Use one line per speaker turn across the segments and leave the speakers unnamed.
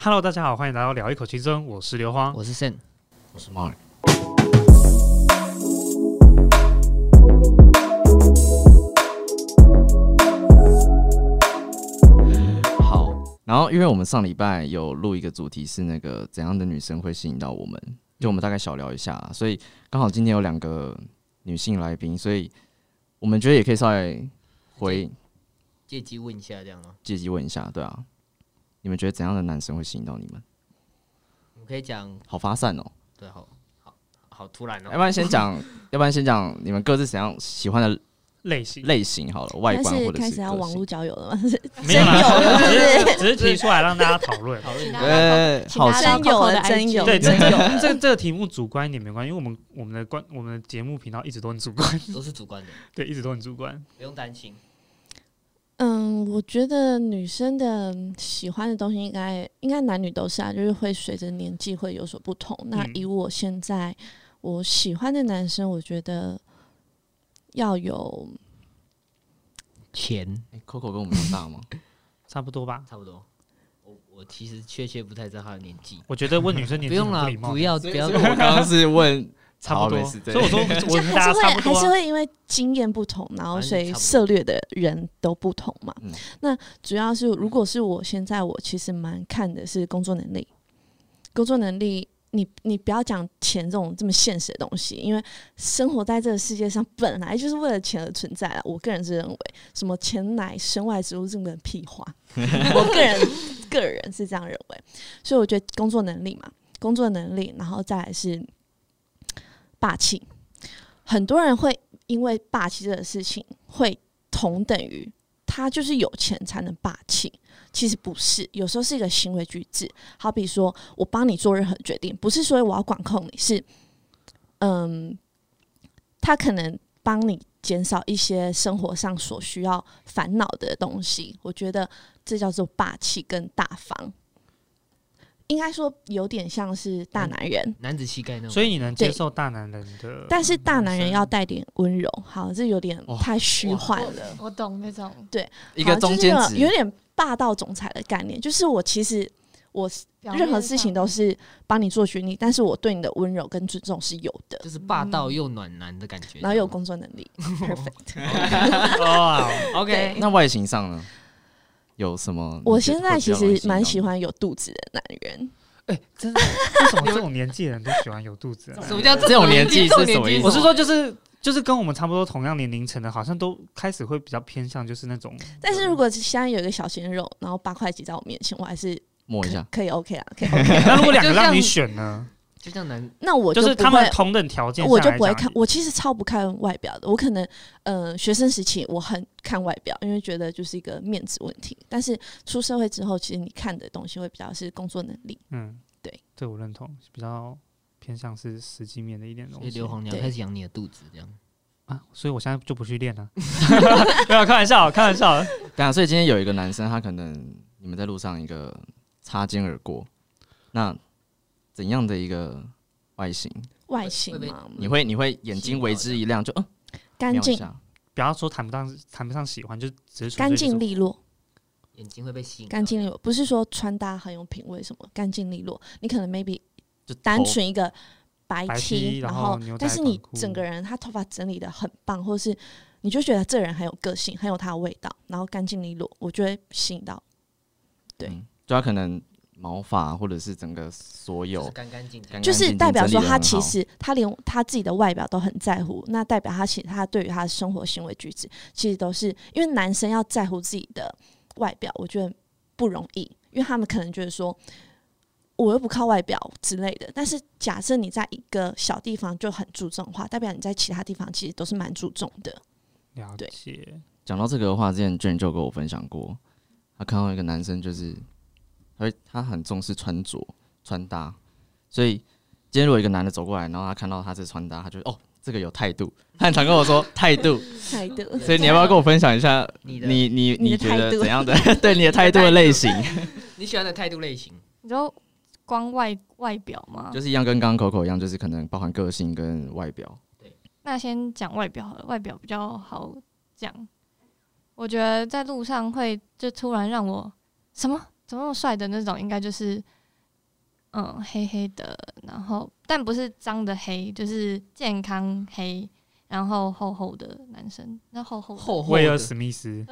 Hello，大家好，欢迎来到聊一口青春，我是刘荒。
我是 Sen，
我是 Mark。好，然后因为我们上礼拜有录一个主题是那个怎样的女生会吸引到我们，就我们大概小聊一下啦，所以刚好今天有两个女性来宾，所以我们觉得也可以稍微回
借机问一下这样吗？
借机问一下，对啊，你们觉得怎样的男生会吸引到你们？
我们可以讲
好发散哦、
对，好好好突然
要哎不
哦。
然先讲，要不然先讲你们各自怎样喜欢的
类型
类型好了，外
开
观
始
或者
开
是
始要
个
网
性
络交友了吗？ 是
没有
真有
啦，
了是
只是
不
只是提出来让大家讨论。
讨论一下，
呃，
请
好
大
奇
家到
真有
Coco 的
了， 真
IG
有了，
对，这
真有
个
了
这 个这个题目主观一点没关系，因为我们我们的观我们的节目频道一直都很主观，
都是主观的，
对，一直都很主观。
不用担心。
嗯，我觉得女生的喜欢的东西应该应该男女都是啊，就是会随着年纪会有所不同。那
嗯
以我现在我喜欢的男生，我觉得要有
钱
诶 Coco 跟我们一样大吗？
差不多吧。
哎差不多，我我其实确切不太知道他的年纪。
我觉得问女生年
不
纪
用
很
啦
不礼，貌
不，要不要
所以，我刚刚是问，
差不多。
好没事
所
对
以我说， 我跟
还
大家差
是会
不
还
多
是
啊。
会因为经验不同，然后
反正
所以
差不多
涉猎的人都不同嘛。
嗯
那主要是如果是我现在，我其实蛮看的是工作能力，工作能力。你你不要讲钱这种这么现实的东西，因为生活在这个世界上本来就是为了钱而存在啊。我个人是认为，什么钱乃身外之物这么个屁 话，我个人个人是这样认为。所以我觉得工作能力嘛，工作能力，然后再来是霸气。很多人会因为霸气这个事情，会同等于他就是有钱才能霸气。其实不是，有时候是一个行为举止。好比说我帮你做任何决定，不是说我要管控你，是嗯，他可能帮你减少一些生活上所需要烦恼的东西。我觉得这叫做霸气跟大方，应该说有点像是大男人。
男子气概那种。
所以你能接受大男人的，
但是大男人要带点温柔，好，这有点
哇
太虚幻了。
我我懂那种
一个
好
中间
就是
值，
有有点霸道总裁的概念。就是我其实我
表面上
任何事情都是帮你做决定，但是我对你的温柔跟尊重是有的，
就是霸道又暖男的感觉。
然后有工作能力，perfect。
哦，
OK，
那外形上呢？有什么？
我现在其实蛮喜
欢。
欢有肚子的男人，
哎，真的，为什么这种年纪的人都喜欢有肚 子的男人？
什么叫
这种年纪
这种
是什么
年纪
意思
我是说，就是就是跟我们差不多同样年龄层的，好像都开始会比较偏向就是那种。
但是如果现在有一个小鲜肉，然后八块几在我面前，我还是
摸一
可
下，
可以 OK 啦，可以 OK。
那如果两个
就像
让你选呢？
就像男
那我
就是
不
他们
会
同等条件，
我就不会看，。我其实超不看外表的。我可能，呃，学生时期我很看外表，因为觉得就是一个面子问题。但是出社会之后，其实你看的东西会比较是工作能力。
嗯，
对，
这我认同，比较偏向是实际面的一点东
所以
西
刘。皇娘
对
开始养你的肚子这样。
啊，所以我现在就不去练了。 没有，开玩笑，开玩笑。
对啊，所以今天有一个男生，他可能你们在路上一个擦肩而过，那怎样的一个外形，
外形
会被
嘛，
你会你会眼
吸引
睛
到
为之一亮，就嗯，
干
瞄一
净、
下，
不要说谈不上谈不上喜欢，就只是纯粹
干
就是嗯
净利落、
眼睛会被吸引到，
干净利落，不是说穿搭很有品味什么，干净利落。你可能 maybe
就头
单纯一个白
T，然
然
后
后
牛仔
但是你
短裤
整个人他头发整理的很棒，或是你就觉得这人很有个性，很有他的味道，然后干净利落，我就会吸引到。对
嗯就他可能毛发或者是整个所有
就是干干净净
干干。
就
净
是
净
代表
整理
说
得
他
很
其
好
实他连他自己的外表都很在乎，那代表他其实他对于他的生活行为举止，其实都是因为男生要在乎自己的外表，我觉得不容易，因为他们可能觉得说。我又不靠外表之类的，但是假设你在一个小地方就很注重的话，代表你在其他地方其实都是蛮注重的。
了
对
解。
讲到这个的话，之前卷就跟我分享过，他看到一个男生，就是他会他很重视穿着穿搭，所以今天如果一个男的走过来，然后他看到他这穿搭，他就哦，这个有态度。他很常跟我说态度，
态度，
所以你要不要跟我分享一下
你的
你你
你的
觉
态
得
度
怎样的 对你的态度的类型？
你喜欢的态度类型，
你就光外外表吗？
就是一样跟刚刚 Coco 一样，就是可能包含个性跟外表。
那先讲外表好了，外表比较好讲。我觉得在路上会就突然让我什么怎么那么帅的那种，应该就是嗯黑黑的，然后但不是脏的黑，就是健康黑，然后厚厚的男生，那厚厚的
厚厚
威尔
的
史密斯，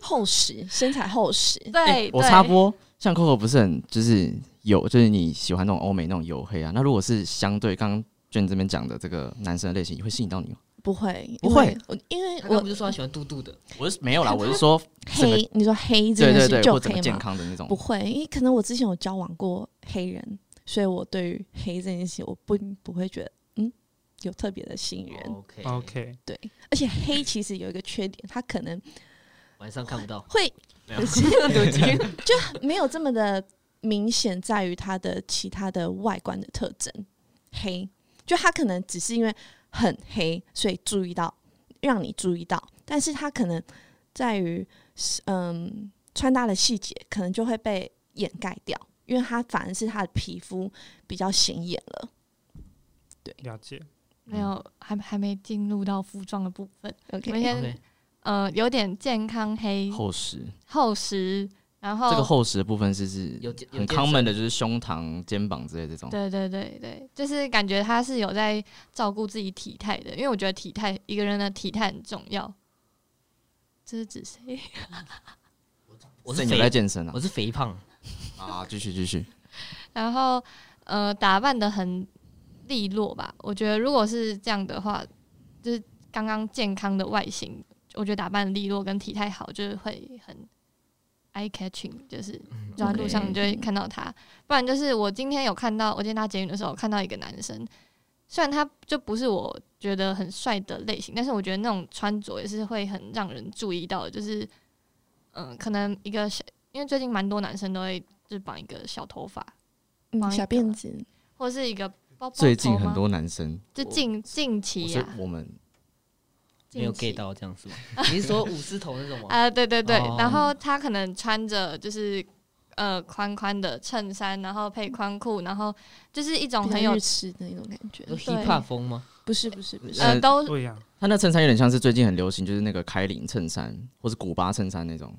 厚实，身材厚实，
对，
欸我
对
插播，像 Coco 不是很就是有，就是你喜欢那种欧美那种黝黑啊。那如果是相对刚刚卷这边讲的这个男生的类型，会吸引到你吗？
不会，
不会
因为我，因为
他刚
我
不是说他喜欢嘟嘟的，
我是没有 啦，我是说整个
黑，你说黑这
对
件
对
事
对，
就
或整
黑
个
吗？
健康的那种
不。会，因为可能我之前有交往过黑人，所以我对于黑这件事，我不不会觉得嗯有特别的吸引人。
OK
OK，
对，而且黑其实有一个缺点，它可能
晚上看不到，
会
没有
就没有这么的明显，在于它的其他的外观的特征。黑，就它可能只是因为很黑，所以注意到，让你注意到，但是它可能在于嗯穿搭的细节，可能就会被掩盖掉，因为它反而是它的皮肤比较显眼了。
了解。
没有，还还没进入到服装的部分。我
OK，
们先
OK
呃有点健康黑
厚实，
厚实，然
哦
后
这个厚实的部分是是
有健有
很
健
common
身
的，就是胸膛、肩膀之类这种。
对对对对，就是感觉他是有在照顾自己体态的，因为我觉得体态一个人的体态很重要。这是指谁？
我是
你有在
肥，
健身啊
我？是肥胖，
啊，继续继续。
哦
然后呃，打扮的很利落吧。我觉得如果是这样的话，就是刚刚健康的外形，我觉得打扮利落跟体态好，就是会很 eye catching，就是走在路上
OK
你就会看到他。不然就是我今天有看到，我今天搭捷运的时候我看到一个男生，虽然他就不是我觉得很帅的类型，但是我觉得那种穿着也是会很让人注意到的，就是嗯、呃可能一个小，因为最近蛮多男生都会就是绑一个小头发，绑
嗯，
一
小
个
辫子，
或是一个包包头
最近很
吗，
多男生，
就近近
我
期
是
啊，
我们
没有
近
get
期
到这样是吗？你是说五狮头那种吗？
啊，对对对，
哦
然后他可能穿着就是呃宽宽的衬衫，然后配宽裤，然后就是一种
比
很
较
有
日式的那种感觉
有。hip hop 风吗？
哦 不是不是不是，
呃
呃
都
不一样，
他那衬衫有点像是最近很流行，就是那个开领衬衫或是古巴衬衫那种。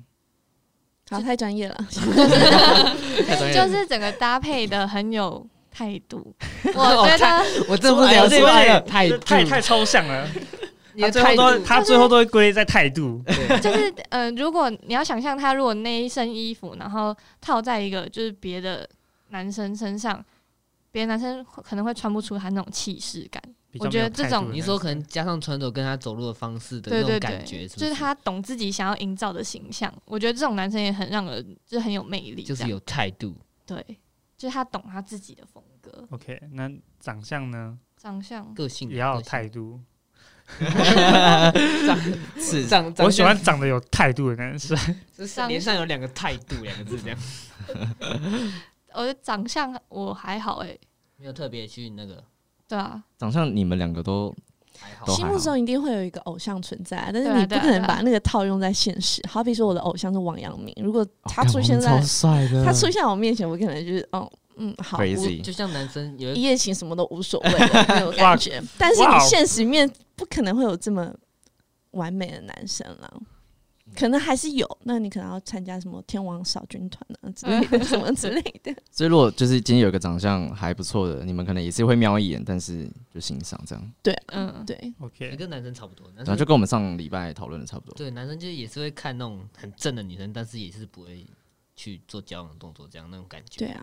好，太专业了。
哎
就是整个搭配的很有态 度，我
哦
觉得
我真
不了解
出
哎
了
来了，太
这太
度
太抽象了。
你的
他最后
态
都
度，
他最后都会归类在态度。
就是呃，如果你要想象他如果那一身衣服，然后套在一个就是别的男生身上，别的男生可能会穿不出他那种气势感。
比较
我觉
没
得
有态
这种
度的
你
男
说
生
可能加上穿着跟他走路的方式的
对
那种
对对，
感觉，
就是
不
他懂自己想要营造的形象。我觉得这种男生也很让人就是很有魅力，
就是
这样
有态度。
对，就是他懂他自己的风格、
OK，那长相呢
长相。
个性
也要有 态度。
是上，
我喜欢长得有态度的男生。
就是脸上有两个态度两个字， 这样
我觉得长相我还好诶、
没有特别去那个
对啊，
长相你们两个都哦
还好
哦
都。
心
还
目
好
中一定会有一个偶像存在，但是
对啊
你
对
不
啊
可能
对啊
把那个套用在现实。好比说，我的偶像是王阳明，如
哦
果他出现在、
超帅的，
他
嗯
出现在我面前，我可能就是哦，嗯，好，我
crazy，
就像男生有
一
一
夜情什么都无所谓了 那种感觉。但是
哇
你
哦
现实面不可能会有这么完美的男生啦。
嗯
可能还是有，那你可能要参加什么天王少军团啊之类
嗯
的， 什么之类的。
所以如果就是今天有一个长相还不错的，你们可能也是会瞄一眼，但是就欣赏这样。
对，
嗯，
对，
也
OK，
跟男生差不多，男
然后
生
就跟我们上礼拜讨论的差不多。
对男生就也是会看那种很正的女生，但是也是不会去做交往的动作，这样那种感觉。
对啊，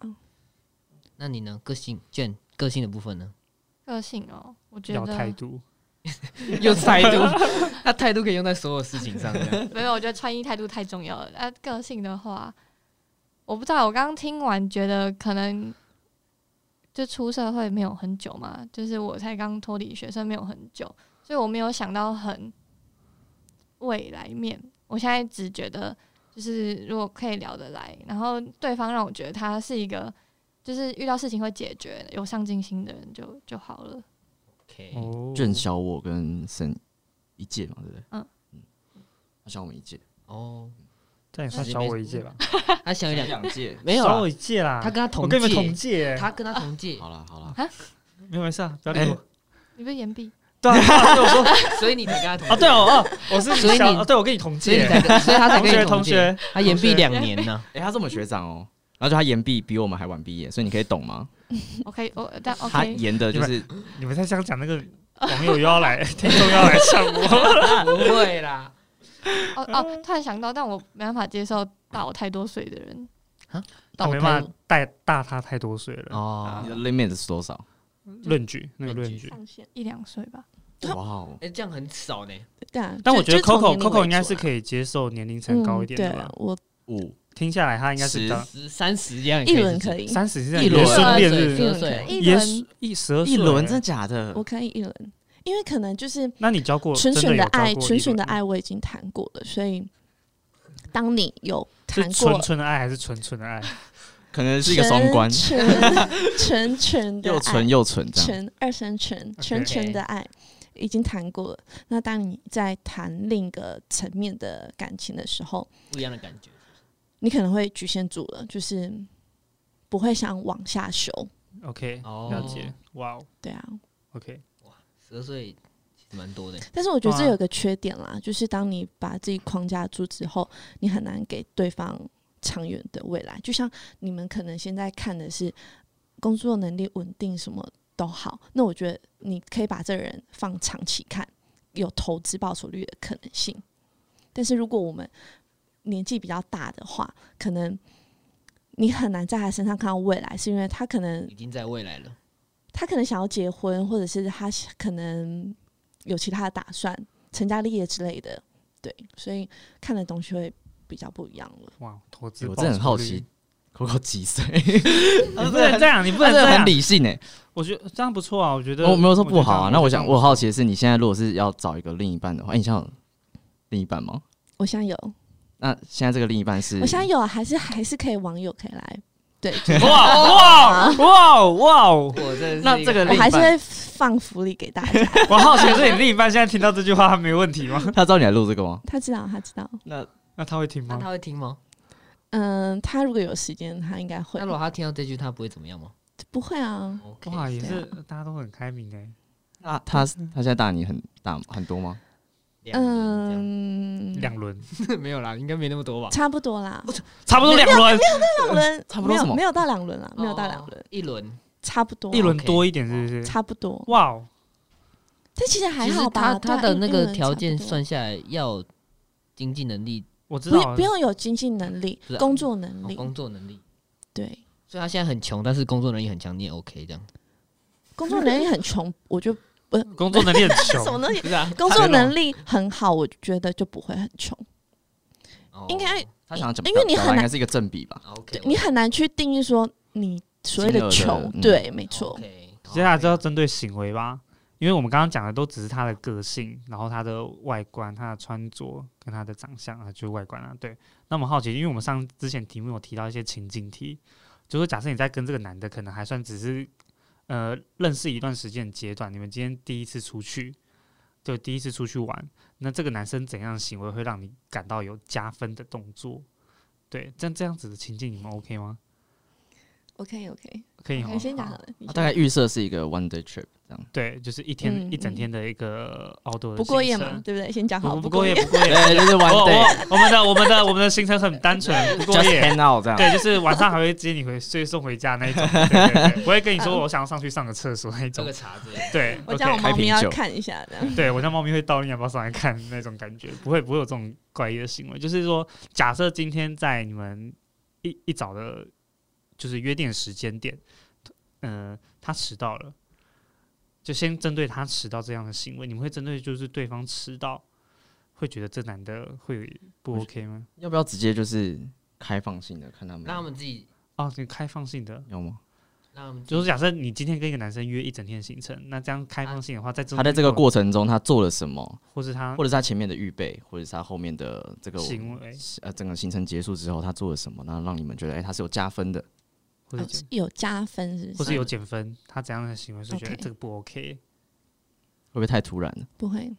那你呢？个性卷个性的部分呢？
个性哦、我觉
要态
得
度。
有态度，他态度可以用在所有事情上。这样
没有，我觉得穿衣态度太重要了。啊，个性的话，我不知道，我刚刚听完觉得可能就出社会没有很久嘛，就是我才刚脱离学生没有很久，所以我没有想到很未来面。我现在只觉得，就是如果可以聊得来，然后对方让我觉得他是一个，就是遇到事情会解决、有上进心的人就就好了。
OK，
哦，
卷小我跟沈一届嘛，对不对？
嗯
他小我们一届，
哦，
这也算小我一届吧？
他小一两，
届。
没有
小我
啦，
一届啦。
他跟他
我
同
跟你们同
届，
届欸，
他跟他同届，
好了好了，
没有没事啊，不要理我。
你不是岩壁？
对啊，对我说
所以你才跟他同
啊，
届
对哦哦，我是
所以
小
你
哦对我跟你同
所以你
届，
才跟，所以他才
同
跟
学
你
同
届，
学，
他延毕
同学
两年呢。
哎，他是我们学长哦，然后就他延毕比我们还晚毕业，所以你可以懂吗？
OK，我但
他
OK，
延的就是
你们在想讲那个网友又要来，听众又要来呛我。
不会啦，
哦哦，突然想到，但我没办法接受大我太多岁的人，
他
但我
没
太
办法带大他太多岁了。
哦
你，的 limit 是多少？
论据那个
论
论
据
据，
上限。
一两岁吧。
哇哦，
哎，这样很少呢，
对啊，
但我觉得 Coco Coco 应该是
以
可以接受年龄层高一点的
啊对
吧
啊。，我
五
听下来他应该是比较
十三十这样
一轮
可
可
以
以，
三十岁
一
爷
轮
孙恋
一
日，
轮
一轮可以，
一
爷
轮
一十二
一轮真
岁
的。假的
我？可以一轮，因为可能就是
那你教过
纯纯
嗯的有教
爱，
过
纯
一
纯的
轮嗯吗
爱我已经谈过了，所以当你有
是
谈过
纯纯的爱还是纯纯的爱？
可能是一个双关，
纯 纯纯的
又
爱
纯，又纯这样。
纯二声纯
OK
纯纯的爱已经谈过了。那当你在谈另一个层面的感情的时候，
不一样的感觉。
你可能会局限住了，就是不会想往下修。
OK，
哦
了解。哇哦
对啊，
，OK，
十二岁其实蛮多的，
但是我觉得这
哇
有个缺点啦，就是当你把自己框架住之后，你很难给对方长远的未来。就像你们可能现在看的是工作能力稳定什么都好，那我觉得你可以把这个人放长期看，有投资报酬率的可能性。但是如果我们年纪比较大的话，可能你很难在他身上看到未来，是因为他可能
已经在未来 了。
他可能想要结婚，或者是他想可能有其他的打算，成家立业之类的，对，所以看的东西会比较不一样了。
哇，哦投资
欸我
报
真的很
酬
好
率
奇，，Coco 几岁？
你不能这样，你不能
真
这
的
样
很。理性哎，
我觉得这样不错啊，我觉得
我没有说不好啊。
觉得
那我
这样
想，我好奇的是，你现在如果是要找一个另一半的话，欸你想有另一半吗？
我现在有，
那现在这个另一半是？
我
嗯
现在有啊，还是还是可以网友可以来，对，
哇哇哇哦哇哇！
我这
那这个
我
另
还
一
是
半，
会放福利给大 家。
我好奇的是，你另一半现在听到这句话，他没问题吗？
他知道你来录这个吗？
他知道，他知道，
那
那他会听
那
吗？
他会听吗？
嗯，他如果有时间，他应该会
那如，果他听到这句，他不会怎么样吗？
不会啊，
哇，也
对
是
啊
大家都很开明哎。
那他
嗯
他现在大你很大很多吗？
嗯，
嗯，
两轮，
没有啦，应该没那么多吧？
差不多啦，
差不多两轮，
两轮
差不
没
多
有
什么
没有到两轮啦，没有到
哦
两轮，
一轮
差不多，
一轮
OK
多一点是不是？
差不多，
哇哦，
但其实还
其实
好吧，
他他
对啊
的
一
那
一
个
轮
条
差不
件
多
算下来要经济能力、
我知
不
道
用不，用有经济能力
是，啊
工作能
哦
力，
工作能力，
对，
所以他现在很穷，但是工作能力很强，你也 OK 这样。
工作能力很穷，我就
工作能力很
什么
穷，
东西，
不是啊，
工作能力很好，我觉得就不会很穷。
哦
应该
他想要讲，
因为你很
表达
难
应该是一个正比吧？
OK，
对你很难去定义说你所谓的
金额的
穷，
嗯
对，没错，
哦 OK，
接下来就要针对行为吧，因为我们刚刚讲的都只是他的个性，然后他的外观、他的穿着跟他的长相啊，就是外观啊。对，那我们好奇，因为我们上之前题目有提到一些情境题，就是假设你在跟这个男的可能还算只是呃认识一段时间的阶段，你们今天第一次出去，就第一次出去玩，那这个男生怎样的行为会让你感到有加分的动作？对，这样这样子的情境你们 OK 吗？
，OK OK，
可以哦，
我先讲
好
好了，你
他
先
大概预设是一个 one day trip 这样。
对，就是一天、
嗯
一整
嗯
天的一个 outdoor 的
不过
行
夜嘛
程，，
对不对？先讲好，
不
不
不过夜，不过夜。
对，就是 one
我
day
我我们的我们的我们的行程很单纯，不过
just
夜。
hang out 这样。
对，就是晚上还会接你回，所以送回家那一种，对对对不会跟你说我想要上去上个厕所那一
这
种
个。茶之类的，
对
我
，OK，
家我猫
开瓶
咪要
酒
看一下，这
嗯
样
对我家猫咪会倒立，要不要上来看那种感觉？不会，不会有这种怪异的行为。就是说，假设今天在你们一一早的，就是约定的时间点，嗯、他迟到了，就先针对他迟到这样的行为，你们会针对就是对方迟到，会觉得这男的会不 OK 吗？
要不要直接就是开放性的看他们？
让他们自己，
哦，你开放性的，
有吗？
让他们
就是假设你今天跟一个男生约一整天的行程，那这样开放性的话，在
啊他在这个，过程中他做了什么，
或是他
或者是他前面的预备，或者是他后面的这个
行为，
呃整个行程结束之后他做了什么，然后让你们觉得哎、他是有加分的。
或
哦
者
是有加分是不
或
是？
是有减分，他怎样的行为是觉得
OK
这个不 OK？
会不会太突然了？
不会，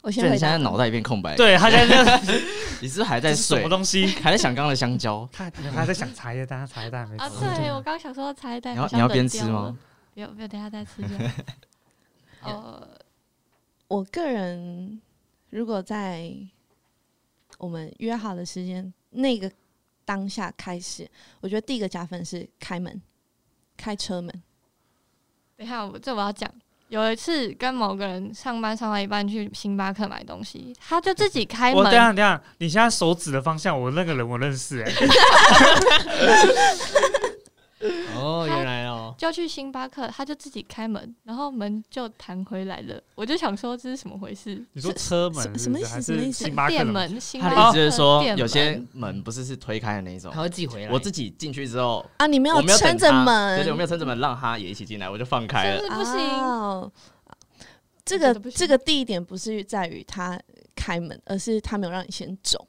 我
就
先
你
回
现
答
在脑袋一片空白，
对他现 在在
你是不是还
在
哎在
什
睡
么，东 西？
还在想刚刚的香蕉。
他他在想茶叶蛋，茶叶蛋还没
啊，
吃。
对我刚想说茶叶蛋
你要
好
你
像
要
冷
边吃
掉了
吗？？
不要不要，等一下再吃就好。 呃，
我个人如果在我们约好的时间那个当下开始，我觉得第一个加分是开门，开车门。
等一下，我这我要讲。有一次跟某个人上班上到一半去星巴克买东西，他就 自己开
我
门
等一，下等一下，你现在手指的方向，我那个人我认识哎、
哦，原来哦，
就去星巴克，他就自己开门，然后门就弹回来了。我就想说这是什么回事？
你说车门
什
是不是
什么意思
还
什么意
是
思
星巴克
店
的门？
门，星
他
巴
的
克
意思是说
店，门
有些门不是是推开的那一种
他，会寄回来。
我自己进去之后，
啊，你没
我没有
撑
等
着
他
门，
对对，我没有撑着门让他也一起进来，我就放开
是不
了。
是不行？
哦这
觉
个
得不行
这个第一点不是在于他开门，而是他没有让你先走。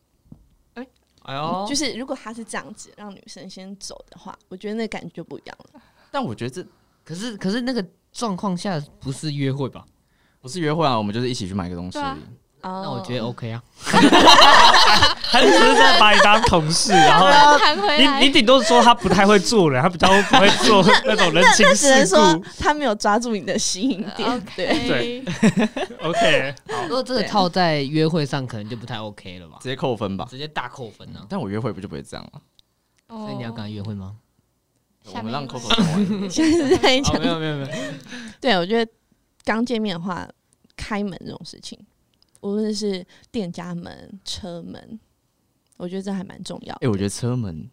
哎
哦
呦
就，是如果他是这样子让女生先走的话，我觉得那感觉就不一样了。
但我觉得这
可是可是那个状况下不是约会吧？
不是约会啊，我们就是一起去买个东西
对。啊
哦
那我觉得 OK 啊。
他只是在把你当同事， 然后
啊
门弹回
哦
来，
你你顶多说他不太会做人，他比较不会做那种人情
那只
世
能说
故。
他没有抓住你的吸引 点。对，
对，
OK，
如果这个套在约会上，可能就不太 OK 了吧？
直接扣分吧。
直接大扣分呢、
但我约会不就不会这样了？
哦
所以你要跟他约会吗？
下
我
面
们
一
让
位
Coco 先玩。
现在 是在讲
哦，没有没有没有，
对，我觉得刚见面的话，开门这种事情，无论是店家门、车门，我觉得这还蛮重要。
哎，我觉得车门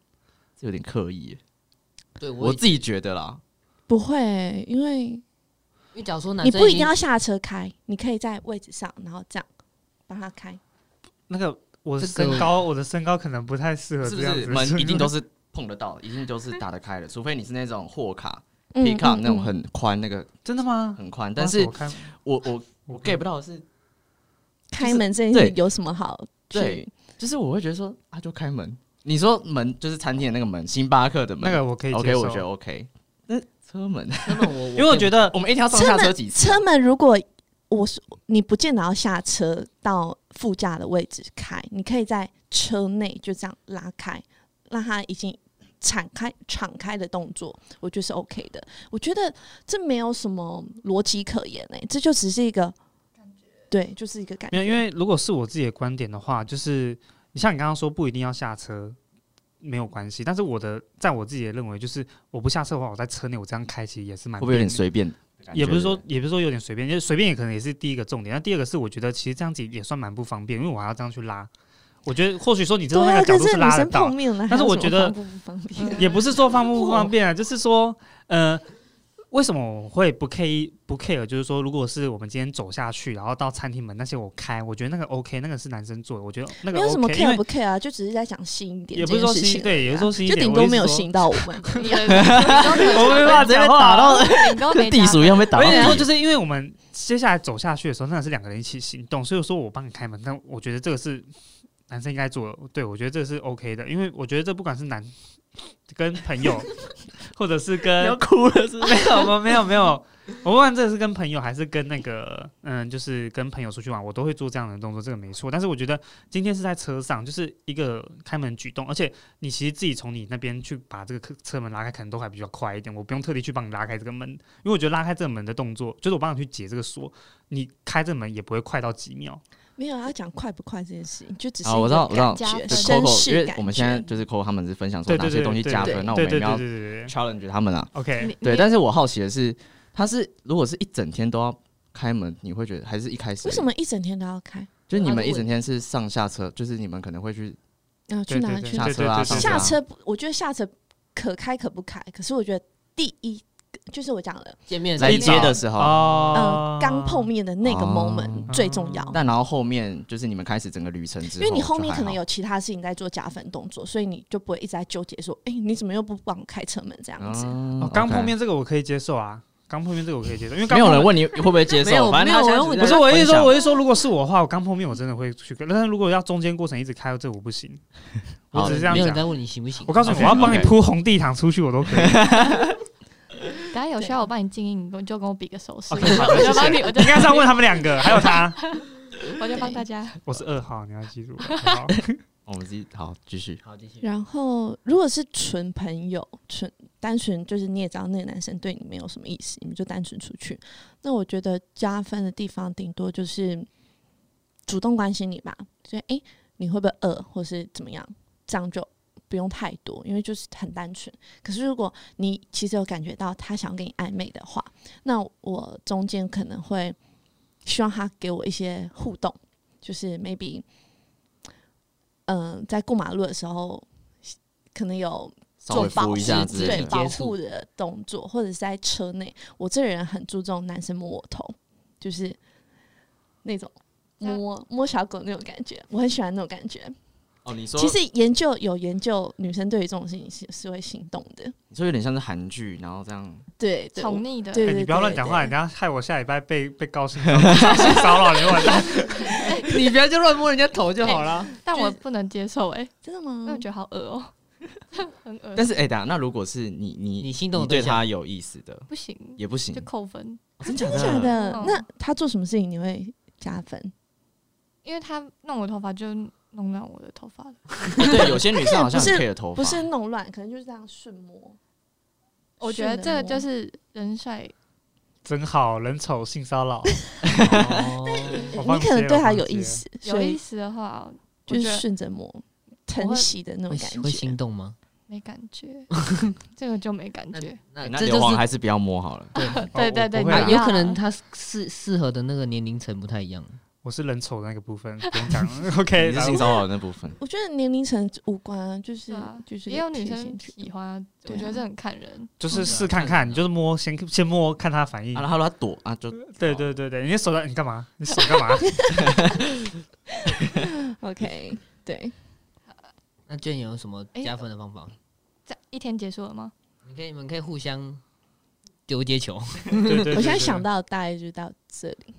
这有点刻意耶，
对我
我自己觉得啦。
不会，因为
因为假如说男
你
生
不
已
一定
经
要下车开，你可以在位置上，然后这样帮他开。
那个我的
这个
身高，我的身高可能不太适合
是不
这样子。
是门 一 定都是碰得到，一定都是打得开的，除非你是那种货卡、
嗯
pick up
嗯
那种
嗯
很宽，那个
真的吗？
很宽。但是
我看
我我
我
我 get 不到的是，
开门这件事
对
情有什么好去
对？就是我会觉得说啊，就开门。你说门就是餐厅的那个门，星巴克的
那
门，
个我可以接
OK，
受。
我觉得 OK。那车门，
根本我，因
因为我觉得
我们一天要上下车几次啊？
车门如果我是你不见得要下车到副驾的位置开，你可以在车内就这样拉开，让它已经敞开敞开的动作，我觉得是 OK 的。我觉得这没有什么逻辑可言诶、这就只是一个对，就是一个感
没
觉。
有，因为如果是我自己的观点的话，就是你像你刚刚说不一定要下车，没有关系。但是我的在我自己的认为，就是我不下车的话，我在车内我这样开其实也是蛮
会不会有
便
点
利的
随便的感觉？
也不是说也不是说有点随便，就是随便也可能也是第一个重点。那第二个是我觉得其实这样子也算蛮不方便，因为我还要这样去拉。我觉得或许说你知道
对
那
啊，
个角
可
度
是女
拉得
生
到
碰，面了，
但是我觉得
还有什么方不方便？
也不是说方不方便啊，就是说呃。为什么我会不 care 不 care？就是说，如果是我们今天走下去，然后到餐厅门那些我开，我觉得那个 OK，那个是男生做的，我觉得那个
没有什么
OK，因为
care 不 care 啊，就只是在讲吸引点
也不
这
是说
件事
吸
情而已啊，
对也不是说吸引
就
点
顶
我
多
意思
没有
说
吸引到我们。
我
我没办法直接被打
啊
到地鼠一样被打
我
到
跟你说，
地。
就是因为我们接下来走下去的时候，那是两个人一起行动，所以说我帮你开门，但我觉得这个是男生应该做的，对我觉得这是 OK 的，因为我觉得这不管是男跟朋友，或者是
你
跟
要哭了是不是？
没有没有没有没有，我不管这是跟朋友还是跟那个嗯，就是跟朋友出去玩，我都会做这样的动作，这个没错。但是我觉得今天是在车上，就是一个开门举动，而且你其实自己从你那边去把这个车车门拉开，可能都还比较快一点。我不用特地去帮你拉开这个门，因为我觉得拉开这个门的动作，就是我帮你去解这个锁，你开这个门也不会快到几秒。
没有要讲快不快这件事情，就只是
好，我知道，我知道，
加分
就
绅
Coco，
士
因为
感
我们
觉
现在就是 Coco 他们是分享说
对
哪
对
些
对
东西
对
加
对
分，那我
对
们也
对
没
对
有
对对
challenge 他们啊。
，OK。
对，但是我好奇的是，他是如果是一整天都要开门，你会觉得还是一开始
为什么一整天都要开？
就是你们一整天是上下车，就是你们可能会去
然后去
对对
哪
对
里
对
去
下
哪
对
里？
车啊
对对对
上
下车不，我觉得下车可开可不开。可是我觉得第一就是我讲了，
见面
来
一
接
早
的时候，
哦
嗯，，刚碰面的那个
哦
moment 最重要，
但然后后面就是你们开始整个旅程之
因
后，
为你后面可能有其他事情在做加分动作，所以你就不会一直在纠结说，哎，你怎么又不帮我开车门这样子？
哦刚碰面这个我可以接受啊，刚碰面这个我可以接受，因为刚
没有
碰
人问你会不会接
没有
受，反正
没有人
他现在
问
只
不是
在
我意思
分
说，
享
我意思说，如果是我的话，我刚碰面我真的会去跟，但是如果要中间过程一直开，这我不 行。我
好
只是这样
没有人
讲。
在问你行不行。
我告诉你，我
OK，
要帮你
OK
铺红地毯出去，我都可以。
等下有需要我帮你静音，你跟就跟我比个 手势，我
OK，好的，谢
就帮你，
谢。
我
你
就
应该是要问他们两个，还有他。
我就帮大家。
我是二号，你要记住我。好
我们自己好继续。
好，继续。
然后，如果是纯朋友，纯单纯就是你也知道那个男生对你没有什么意思，你们就单纯出去。那我觉得加分的地方，顶多就是主动关心你吧，就诶，你会不会饿，或是怎么样，这样就不用太多，因为就是很单纯。可是如果你其实有感觉到他想要跟你暧昧的话，那我中间可能会希望他给我一些互动，就是 maybe，嗯、在过马路的时候，可能有
稍微
做保
扶一下之类
对
的。
保
接触
护的动作，或者是在车内，我这个人很注重男生摸我头，就是那种
那
摸摸小狗那种感觉，我很喜欢那种感觉。
哦，你说
其实研究有研究，女生对于这种事情是是会心动的，
你说有点像是韩剧，然后这样
对，对
宠
我
溺的，
对
哎你不要乱讲话，
对
人家害我下礼拜被被告性性骚扰，你完蛋。
你不要就乱摸人家头就好了。
但
就
我
是
不能接受哎、
真的
因为
吗
我？觉得好恶哦、很恶
但是哎，等一下，那如果是你你
你心动的
你对
对象
他有意思的，
不行，
也不行
就，扣分，
哦真假
真的假
的？
的
嗯？
那他做什么事情你会加分？
因为他弄我头发就弄乱我的头发了。
哎对，有些女生好像
不是
很 care 头发，
不是弄乱，可能就是这样顺摸。
我觉得这
顺着
个
摸
就是人帅，
真好人丑性骚 扰，我
你
放
可能
弃了
对他
放
有
弃
意
了
思，
有
所
意
以
思的话，我
就
觉
是
得
顺着摸，疼
会
惜的那种
会
感觉。
会心动吗？
没感觉，这个就没感觉。
那
那
这
硫磺
就是
还是不要摸好了。
哦
对对
我
对
不会
对
啦
对
有可能他适适合的那个年龄层不太一样。
我是人丑的那个部分，不用讲了。OK，
你是
然后
性骚扰的那部分，
我觉得年龄层无关啊，就是、
对啊，
就是
也有女
贴
生
心去
喜欢啊，
对
我觉得
啊
这很看人。
就是试看看，你就是摸，先先摸看他的反应
啊，。然后他躲啊，就
对对对对，你的手在你干嘛？你手干嘛？
OK，对，
那娟有什么
哎
加分的方法？
这一天结束了吗？
你可以你们可以互相丢接球，
对对对对
我现在想到大概就到这里。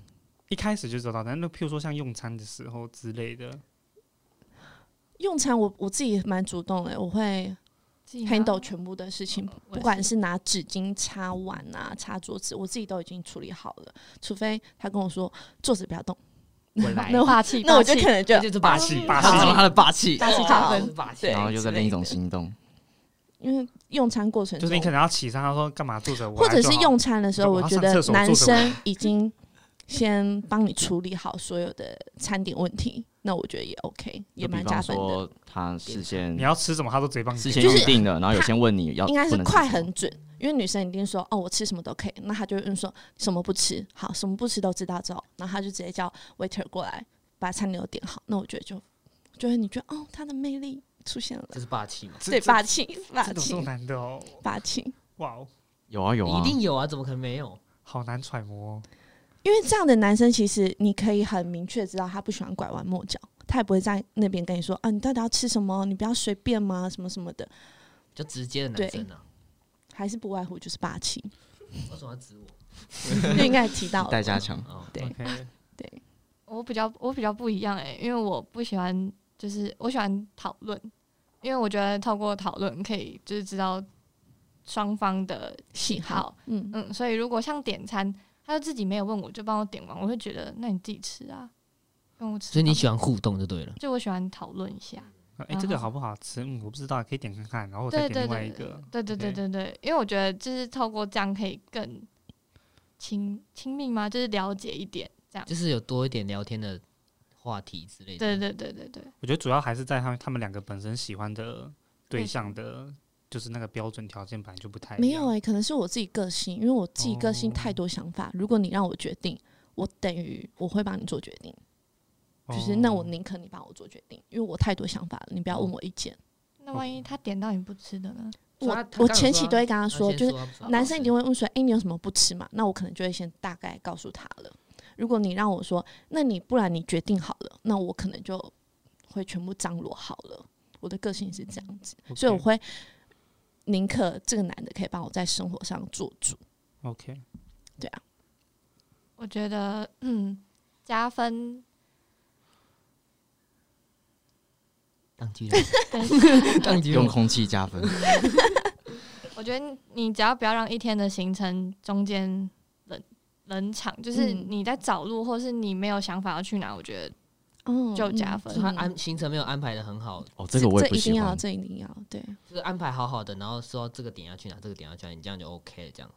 一开始就知道，但那譬如说像用餐的时候之类
嗯
的，
用餐我我自己蛮主动的，我会
自己拿
handle 全部的事情，
我
不
也
管是拿纸巾擦碗啊、擦桌子，我自己都已经处理好了。除非他跟我说桌子不要动，
我 来
那
霸气，
那我
霸
就
气
可能就
这就是霸气，
霸
他知道
气
他的霸气，
霸气加分，
霸气。
哦对
然后又在另一种
之类
心动，
的，因为用餐过程
就
中
是你可能要起身，他说干嘛坐着，我
或
来
者
就是好
用餐的时候，
我
我
要
觉
上
得
厕所
男
坐着玩
生已经先帮你处理好所有的餐点问题，那我觉得也 OK，也
就比
蛮
方
加分的。
说他事先
你要吃什么，他都直接帮你
事
点。
先
就是
预定的，然后有先问你要
应该
不
是
能吃
快
什么
很准，因为女生一定说哦，我吃什么都可以，那她就会说什么不吃，好，什么不吃都知道之后，然后她就直接叫 waiter 过来把餐点都点好，那我觉得就就会你觉得哦，她的魅力出现了，
这是霸气嘛？
这
对，
这
霸气，霸
这种这种
气，
难的哦，
霸气，
哇哦，
有啊有啊，
一定有啊，怎么可能没有？
好难揣摩哦。
因为这样的男生其实你可以很明确知道他不喜欢拐弯抹角，他也不会在那边跟你说啊，你到底要吃什么，你不要随便吗，什么什么的，
就直接的男生啊，
还是不外乎就是霸气，
为什么要指我？
就应该提到
代
了，
加强。
哦，
对
OK，
对，
我比较我比较不一样哎、因为我不喜欢，就是我喜欢讨论，因为我觉得透过讨论可以就是知道双方的
喜好，嗯，
嗯，所以如果像点餐，他就自己没有问我，就帮我点完，我会觉得那你自己吃啊，跟我吃。
所以你喜欢互动就对了。
就我喜欢讨论一下，
哎，这个好不好吃？嗯，我不知道，可以点看看，然后我再
对
点
对
另外
对
一个。
对对对
OK
对对，因为我觉得就是透过这样可以更亲亲密吗？就是了解一点这样。
就是有多一点聊天的话题之类的。
对对对对对，
我觉得主要还是在他们他们两个本身喜欢的对
类型
象的，就是那个标准条件本来就不太一
没有
样
哎、可能是我自己个性，因为我自己个性太多想法。如果你让我决定，我等于我会帮你做决定，就是那我
哦
宁可你帮我做决定，因为我太多想法了，你不要问我意见。
那万一他点到你不吃的呢？
哦所以他
我
他
我
刚有
前
说
期
啊
都会跟他
他
说，
先
就是
他不知道
男生一定会问说，哎、你有什么不吃嘛？那我可能就会先大概告诉他了。如果你让我说，那你不然你决定好了，那我可能就会全部张罗好了。我的个性是这样子，
嗯
所以我会宁可这个男的可以帮我在生活上做主。
OK，
我觉得，嗯，加分，
当机了，
对
当机
用
了。
空气加分，
我觉得你只要不要让一天的行程中间冷冷场，就是
嗯
你在找路，或是你没有想法要去哪，我觉得
嗯
就加分
所以他安行程没有安排的很好，
哦，这个我也不
一定
喜
要，
欢。
这一定要对。
就是安排好好的，然后说这个点要去哪，这个点要去哪，你这样就 OK 了。这样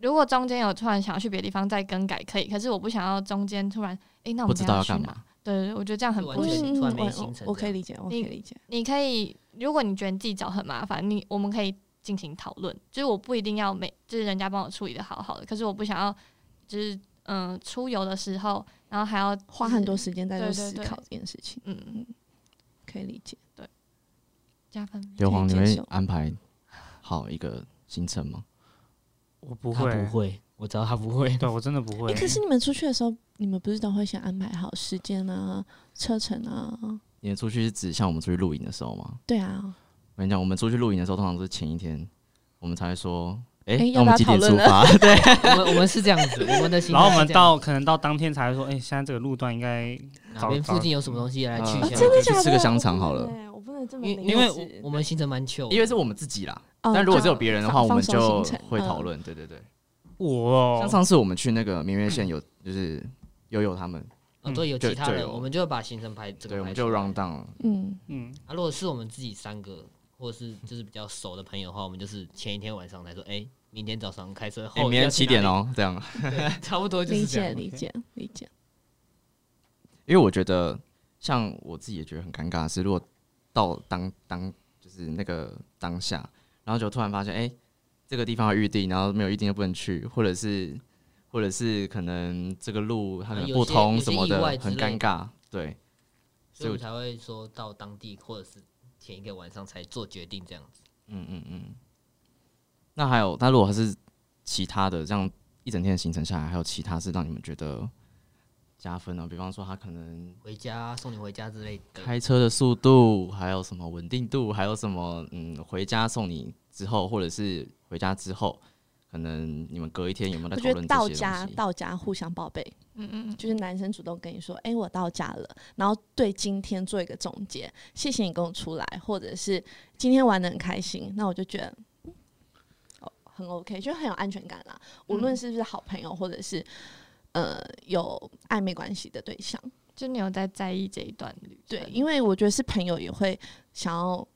如果中间有突然想要去别的地方再更改可以，可是我不想要中间突然，诶，那我
不
们
知
等一
道
下
要
去
干
哪？
嘛，
对对对，我觉得这样很
完
不
全
行。
嗯
突然没
我
心情
我可以
这样
理解，我可以理解。
你可以，如果你觉得你自己找很麻烦，你我们可以进行讨论。就是我不一定要每，就是人家帮我处理的好好的，可是我不想要，就是嗯、出游的时候，然后还要
花很多时间在
对
做
对
思
对
考这件事情，
嗯
可以理解。
加分。
硫磺，你
接
会
受
安排好一个行程吗？
我不
他
会，
不会，我知道他不会。
对我真的不会。
哎、可是你们出去的时候，你们不是都会先安排好时间啊、车程啊？
你的出去是指像我们出去露营的时候吗？
对啊，
我跟你讲，我们出去露营的时候，通常都是前一天我们才会说，哎、
诶
那
要
我
不要
们几点
讨
出
论
发？ 对，
我们我们是这样子，我们 的心态
然后我
是
们
这样
到可能到当天才会说，哎、现在这个路段应该
哪边附近有什么东西来去
啊
一下
对真，的
的
去
假
吃
的
个
我
香
不
肠好
能
了
欸，我不能这么
因为
临
因为
时
我我们行程蛮 chill，的
因为是我们自己啦。
哦
但如果
就是
有别人的
放
话，我
放
们
松
就
行程
会
嗯
讨论。对对对，
我
像
哦，
上次我们去那个明月县有，就是悠悠他们，
哦对有
就
其他
就
人，
有
我们就会把行程排这
对，
个
我
排
们
出
就
来
round down
嗯，
嗯，
啊，如果是我们自己三个，或者是就是比较熟的朋友的话，我们就是前一天晚上才说，哎、明天早上开车，
哎、
后
明天七点，哦，这样。
对 差不多就
理
是这
解
样。
理解理解。
因为我觉得，像我自己也觉得很尴尬的是，如果到当当就是那个当下，然后就突然发现，哎、这个地方要预定，然后没有预定就不能去，或者是或者是可能这个路它可
啊
能
有
不
些
通
有
什
些
么
意外
的，
之
很
类
尴尬。对，
所以我们才会说到当地或者是前一个晚上才做决定这样子。
嗯嗯嗯。那还有，那如果还是其他的，这样一整天的行程下来，还有其他是让你们觉得加分呢、比方说，他可能
回家送你回家之类的，
开车的速度，还有什么稳定度，还有什么嗯，回家送你之后，或者是回家之后，可能你们隔一天有没有在
我
讨
觉得
论
到
这些
家
东西？
到家互相报备，
嗯嗯
就是男生主动跟你说：“哎、我到家了。”然后对今天做一个总结，谢谢你跟我出来，或者是今天玩的很开心，那我就觉得、嗯哦很 OK，就很有安全感啦。无论是不是好朋友，或者是呃有暧昧关系的对象，
就你有在在意这一段旅程
对，因为我觉得是朋友也会想要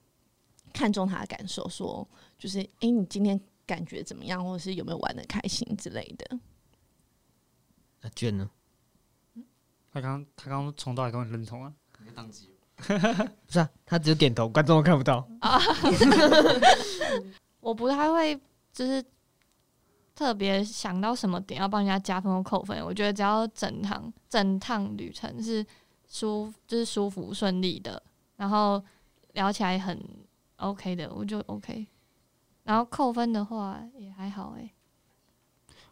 看重他的感受，说就是哎、诶你今天感觉怎么样，或者是有没有玩的开心之类的。
那卷呢？
他刚他刚从到底跟我很认同啊，
不是啊，他只有点头，观众看不到。
我不太会就是特别想到什么点要帮人家加分或扣分。我觉得只要整趟整趟旅程是舒就是舒服顺利的，然后聊起来很 OK 的，我就 OK。然后扣分的话也还好欸诶、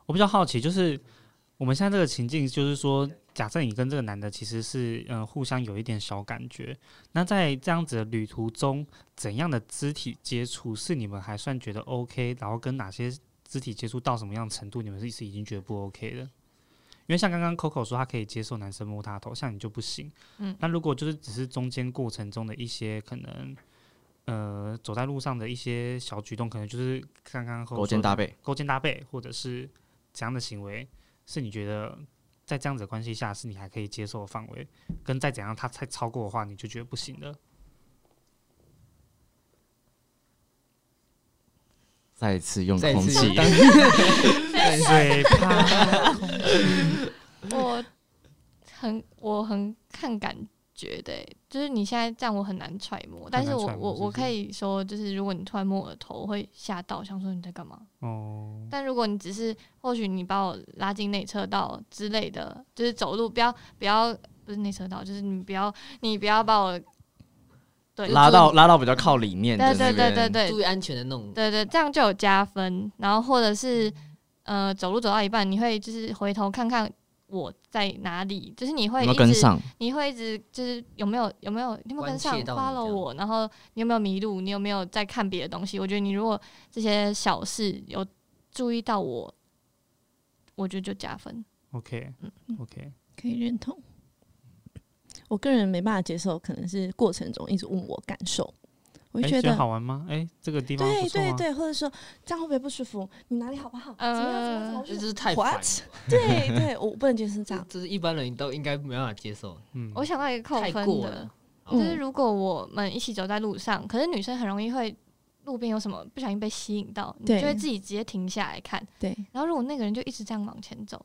我比较好奇，就是我们现在这个情境，就是说，假设你跟这个男的其实是嗯、呃互相有一点小感觉，那在这样子的旅途中，怎样的肢体接触是你们还算觉得 OK？然后跟哪些肢体接触到什么样的程度，你们是是已经觉得不 OK 的？因为像刚刚 Coco 说，她可以接受男生摸她的头，像你就不行。
嗯
那如果就是只是中间过程中的一些可能，呃，走在路上的一些小举动，可能就是刚刚 Coco
勾肩
说的
搭背，
勾肩搭背，或者是怎样的行为，是你觉得在这样子的关系下是你还可以接受的范围，跟再怎样他再超过的话，你就觉得不行的。
再一次用
再一
空
次
气，
当
水怕
我很我很看感觉的、欸就是你现在这样我很难揣摩，但是
难
我
揣摩
我
是不
我可
是
以说，就是如果你突然摸我的头，我会吓到，想说你在干嘛。
哦，
但如果你只是或许你把我拉进内车道之类的，就是走路不要不要不是内车道，就是你不要你不要把我对
拉到拉到比较靠里面的
对
那
对
边，
对对对
注意安全的那种。
对对，这样就有加分。然后或者是呃走路走到一半，你会就是回头看看我在哪里，就是你会
有没
一
有跟
直
上？
你会一直就是有没有有没有你有没有跟上
关切到你这
follow
样
我，然后你有没有迷路，你有没有在看别的东西？我觉得你如果这些小事有注意到我，我觉得就加分。
嗯
，OK OK，
嗯
可以认同。我个人没办法接受，可能是过程中一直问我感受，我
哎、
就觉
觉
得、
得好玩吗？哎、这个地方
对
不错啊
对
吗？
对，或者说这样会不会不舒服？你哪里好不好？
呃
怎么样怎么样怎么样？我
这 就
就
是是太烦了
What？对对，我不能接受这
这
样。
这是一般人都应该没办法接受，
嗯，
我想到一个扣
太
分
过
的
了，。
就
嗯
是如果我们一起走在路上，可是女生很容易会路边有什么不小心被吸引到，你就
对
会自己直接停下来看。
对，
然欸后如果那个人就一直这样往前走，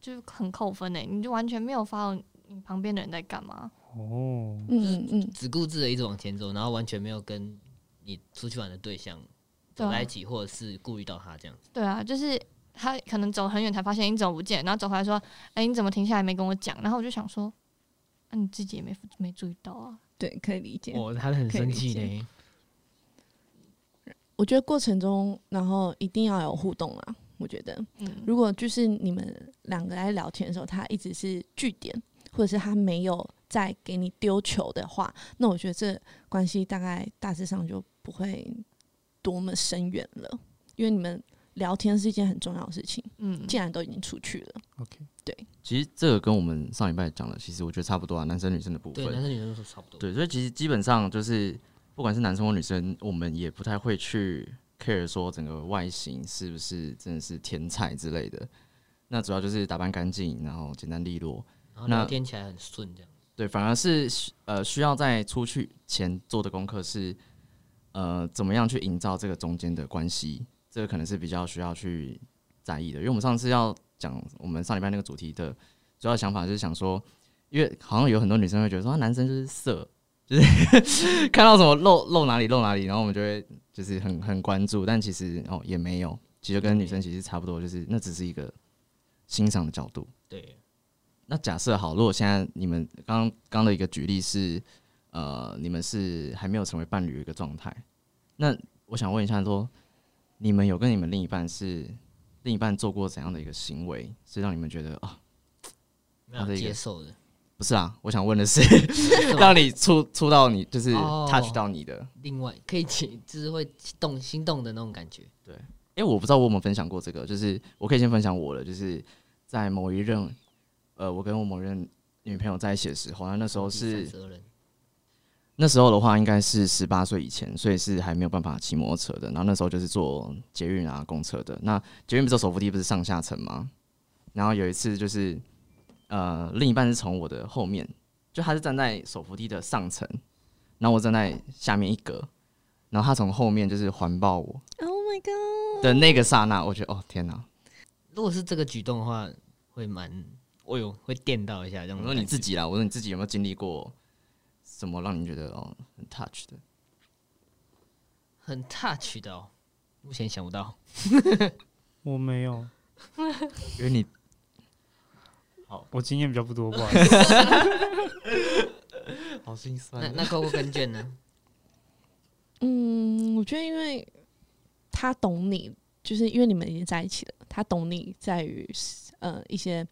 就是很扣分诶、你就完全没有 follow 你你旁边的人在干嘛。
哦，
嗯嗯
只顾自己一直往前走，然后完全没有跟你出去玩的对象
对
走
啊
在一起，或者是顾虑到他这样子。
对啊，就是他可能走很远才发现你怎么不见，然后走回来说：“哎、你怎么停下来没跟我讲？”然后我就想说：“那、你自己也没没注意到啊。
对，可以理解。
哦，他很
可以
生
理
气
解
呢。
我觉得过程中，然后一定要有互动啊。我觉得，”
嗯，
如果就是你们两个在聊天的时候，他一直是据点，或者是他没有在给你丢球的话，那我觉得这关系大概大致上就不会多么深远了，因为你们聊天是一件很重要的事情。
嗯，
既然都已经出去了，
其实这个跟我们上礼拜讲的，其实我觉得差不多啊，男生女生的部
对，男
分。
生女生都差不多。
对，所以其实基本上就是，不管是男生或女生，我们也不太会去 care 说整个外形是不是真的是天菜之类的。那主要就是打扮干净，然后简单利落。
然后聊
那
天起来很顺这样。
对，反而是需呃需要在出去前做的功课是，呃，怎么样去营造这个中间的关系，这个可能是比较需要去在意的。因为我们上次要讲我们上礼拜那个主题的主要想法，就是想说，因为好像有很多女生会觉得说，啊、男生就是色，就是 看到什么露露哪里露哪里，然后我们就会就是很很关注，但其实哦也没有，其实跟女生其实差不多，就是那只是一个欣赏的角度。
对，
那假设好，如果现在你们刚刚的一个举例是，呃，你们是还没有成为伴侣的一个状态，那我想问一下说，你们有跟你们另一半是另一半做过怎样的一个行为，是让你们觉得啊，
没有
他的一个
接受的。
不是啊？我想问的是，
种
让你触触到你，就是
哦
touch 到你的。
另外可以起，就是会动心动的那种感觉。
因为我不知道我有没有分享过这个，就是我可以先分享我的，就是在某一任，呃，我跟我某任女朋友在一起的时候，那那时候是
哦第三十二人，
那时候的话，应该是十八岁以前，所以是还没有办法骑摩托车的。然后那时候就是坐捷运啊、公车的。那捷运不是有手扶梯，不是上下层吗？然后有一次就是，呃，另一半是从我的后面，就他是站在手扶梯的上层，然后我站在下面一格，然后他从后面就是环抱我
Oh my god！
的那个刹那，我觉得哦天哪！
如果是这个举动的话，会蛮，哦呦，会电到一下这样
我
子。
说你自己啦，我说你自己有没有经历过什么让你觉得哦很 touch 的？
很 touch 的哦，目前想不到。
我没有，
因为你
我经验比较不多，不好 意思。
好心酸
那那 Coco 跟卷呢？
嗯，我觉得因为他懂你，就是因为你们已经在一起了，他懂你在于呃一些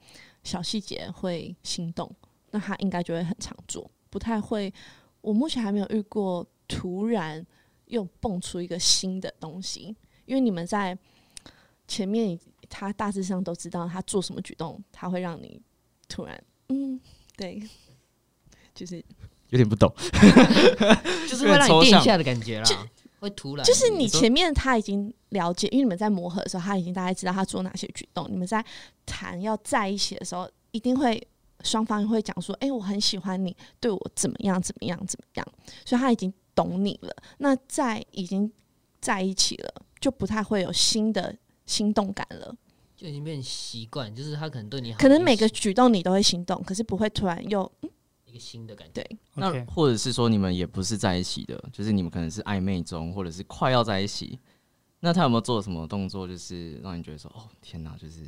小细节会心动，那他应该就会很常做，不太会。我目前还没有遇过突然又蹦出一个新的东西，因为你们在前面已，他大致上都知道他做什么举动，他会让你突然嗯，对， 就是
有点不懂。
就是会让你电一下的感 觉啦，会突然。
就是你
说
前面他已经了解，因为你们在磨合的时候，他已经大概知道他做哪些举动。你们在谈要在一起的时候，一定会双方会讲说：“哎、我很喜欢你，对我怎么样，怎么样，怎么样。”所以他已经懂你了。那在已经在一起了，就不太会有新的心动感了。
就已经变习惯，就是他可能对你好，
可能每
就
个
是
举动你都会心动，可是不会突然又
一个新的感觉。
对
那
OK，
或者是说你们也不是在一起的，就是你们可能是暧昧中，或者是快要在一起。那他有没有做什么动作，就是让你觉得说，哦，天哪，就是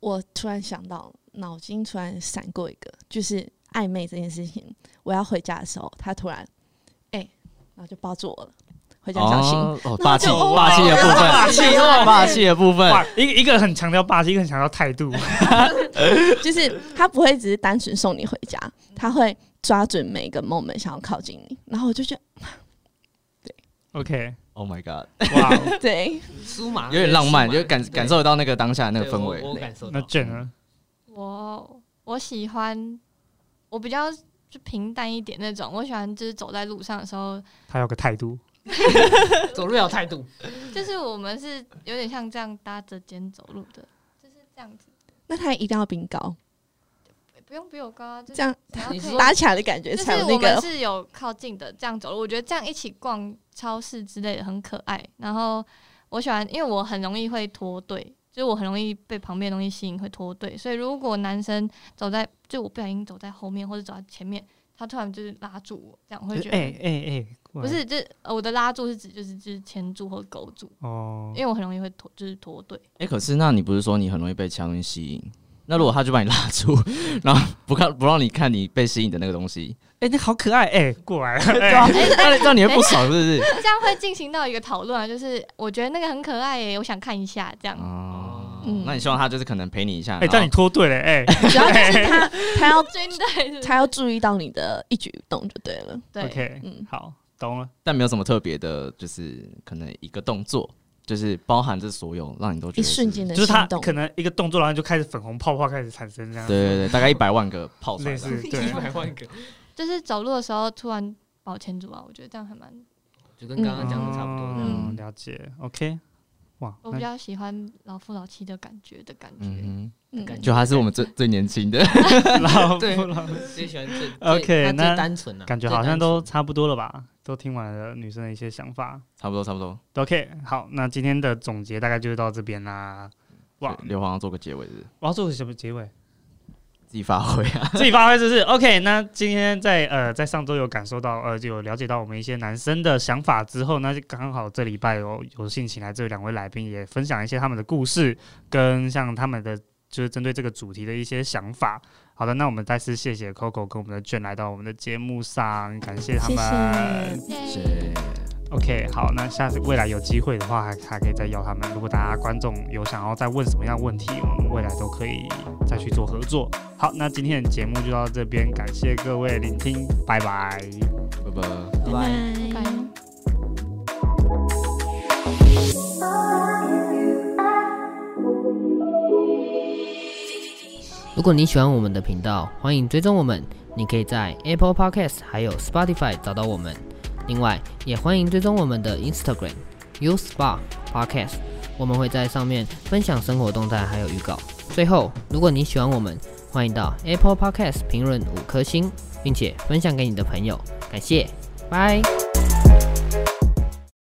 我突然想到，脑筋突然闪过一个，就是暧昧这件事情。我要回家的时候，他突然哎、然后就抱住我了。回家小心，
哦，哦
就
霸气，
哦
霸气的部分，霸气，霸气的部
嗯
分，
哇，一个一个很强调霸气，一个很强调态度。
就是他不会只是单纯送你回家，他会抓准每一个 moment 想要靠近你。然后我就觉
OK，
，Oh my god，
哇，
得，对，
酥麻
有点浪漫，就感
对
感受得到那个当下那个
对
氛
我
围。
我感受
哦那
到。
卷
嗯
呢？
我我喜欢，我比较就平淡一点那种，我喜欢就是走在路上的时候，
他有个态度，
走路要有态度，
就是我们是有点像这样搭着肩走路的，就是这样子，
那他一定要比你高，
不用比我高啊，就是
这样
只要可以
你是说
搭起来的感觉
就是
才有那
我们
个。
是有靠近的，这样走路，我觉得这样一起逛超市之类的很可爱。然后我喜欢，因为我很容易会脱队，就是我很容易被旁边的东西吸引，会脱队。所以如果男生走在，就我不小心走在后面或者走在前面，他突然就是拉住我，这样我会
就
觉得、
哎哎哎，过来
不是，就是呃我的拉住是指就是就是牵住或勾住，
哦
因，为我很容易会脱，就是脱队。
哎、可是那你不是说你很容易被其他东西吸引？那如果他就把你拉住，然后不看不让你看你被吸引的那个东西，
哎，你好可爱，哎，过来，哎
那那那你会不爽是不是？
这样会进行到一个讨论啊，就是我觉得那个很可爱耶，我想看一下这样。
哦，
嗯
那你希望他就是可能陪你一下，
哎，
然
叫
后
你脱队了，哎，
主要就是他他要
军队
他要注意到你的一举一动就对了。
对
OK，
嗯
好，懂了。
但没有什么特别的，就是可能一个动作，就是包含这所有，让你都觉
一
得是
瞬间的
就是他
心动，
可能一个动作，然后就开始粉红泡泡开始产生这样
对，对对，大概一百万个泡出来
类
吧
似 对，
百万个，
就是走路的时候突然把我牵住啊，我觉得这样还蛮，
就跟刚刚讲的差不多。
嗯
嗯，了解，OK，哇，
我比
那
较喜欢老夫老妻的感觉的感觉。
嗯
嗯
感觉
哼，就他是我们最最年轻的，
老
对
夫老妻
最喜欢最
OK，
最他
那
最单纯了，啊
感觉
最
好像
单纯
都差不多了吧？都听完了女生的一些想法。
差不多差不多。
OK，好，那今天的总结大概就到这边啦。哇，
刘皇要做个结尾是不是
我要做个什么结尾？
自己发挥啊，
自己发挥是不是？OK，那今天在呃在上周有感受到呃有了解到我们一些男生的想法之后，那就刚好这礼拜有有幸请来这两位来宾，也分享一些他们的故事跟像他们的就是针对这个主题的一些想法。好的，那我们再次谢谢 Coco 跟我们的卷来到我们的节目上，感谢他
谢
们。
谢。
耶
是
OK，好，那下次未来有机会的话，还还可以再邀他们。如果大家观众有想要再问什么样的问题，我们未来都可以再去做合作。好，那今天的节目就到这边，感谢各位聆听，拜拜。
拜拜。
拜
拜
拜
拜。
如果你喜欢我们的频道，欢迎追踪我们。你可以在 Apple Podcast 还有 Spotify 找到我们。另外，也欢迎追踪我们的 Instagram U Spa Podcast，我们会在上面分享生活动态还有预告。最后，如果你喜欢我们，欢迎到 Apple Podcast 评论五颗星，并且分享给你的朋友。感谢，拜。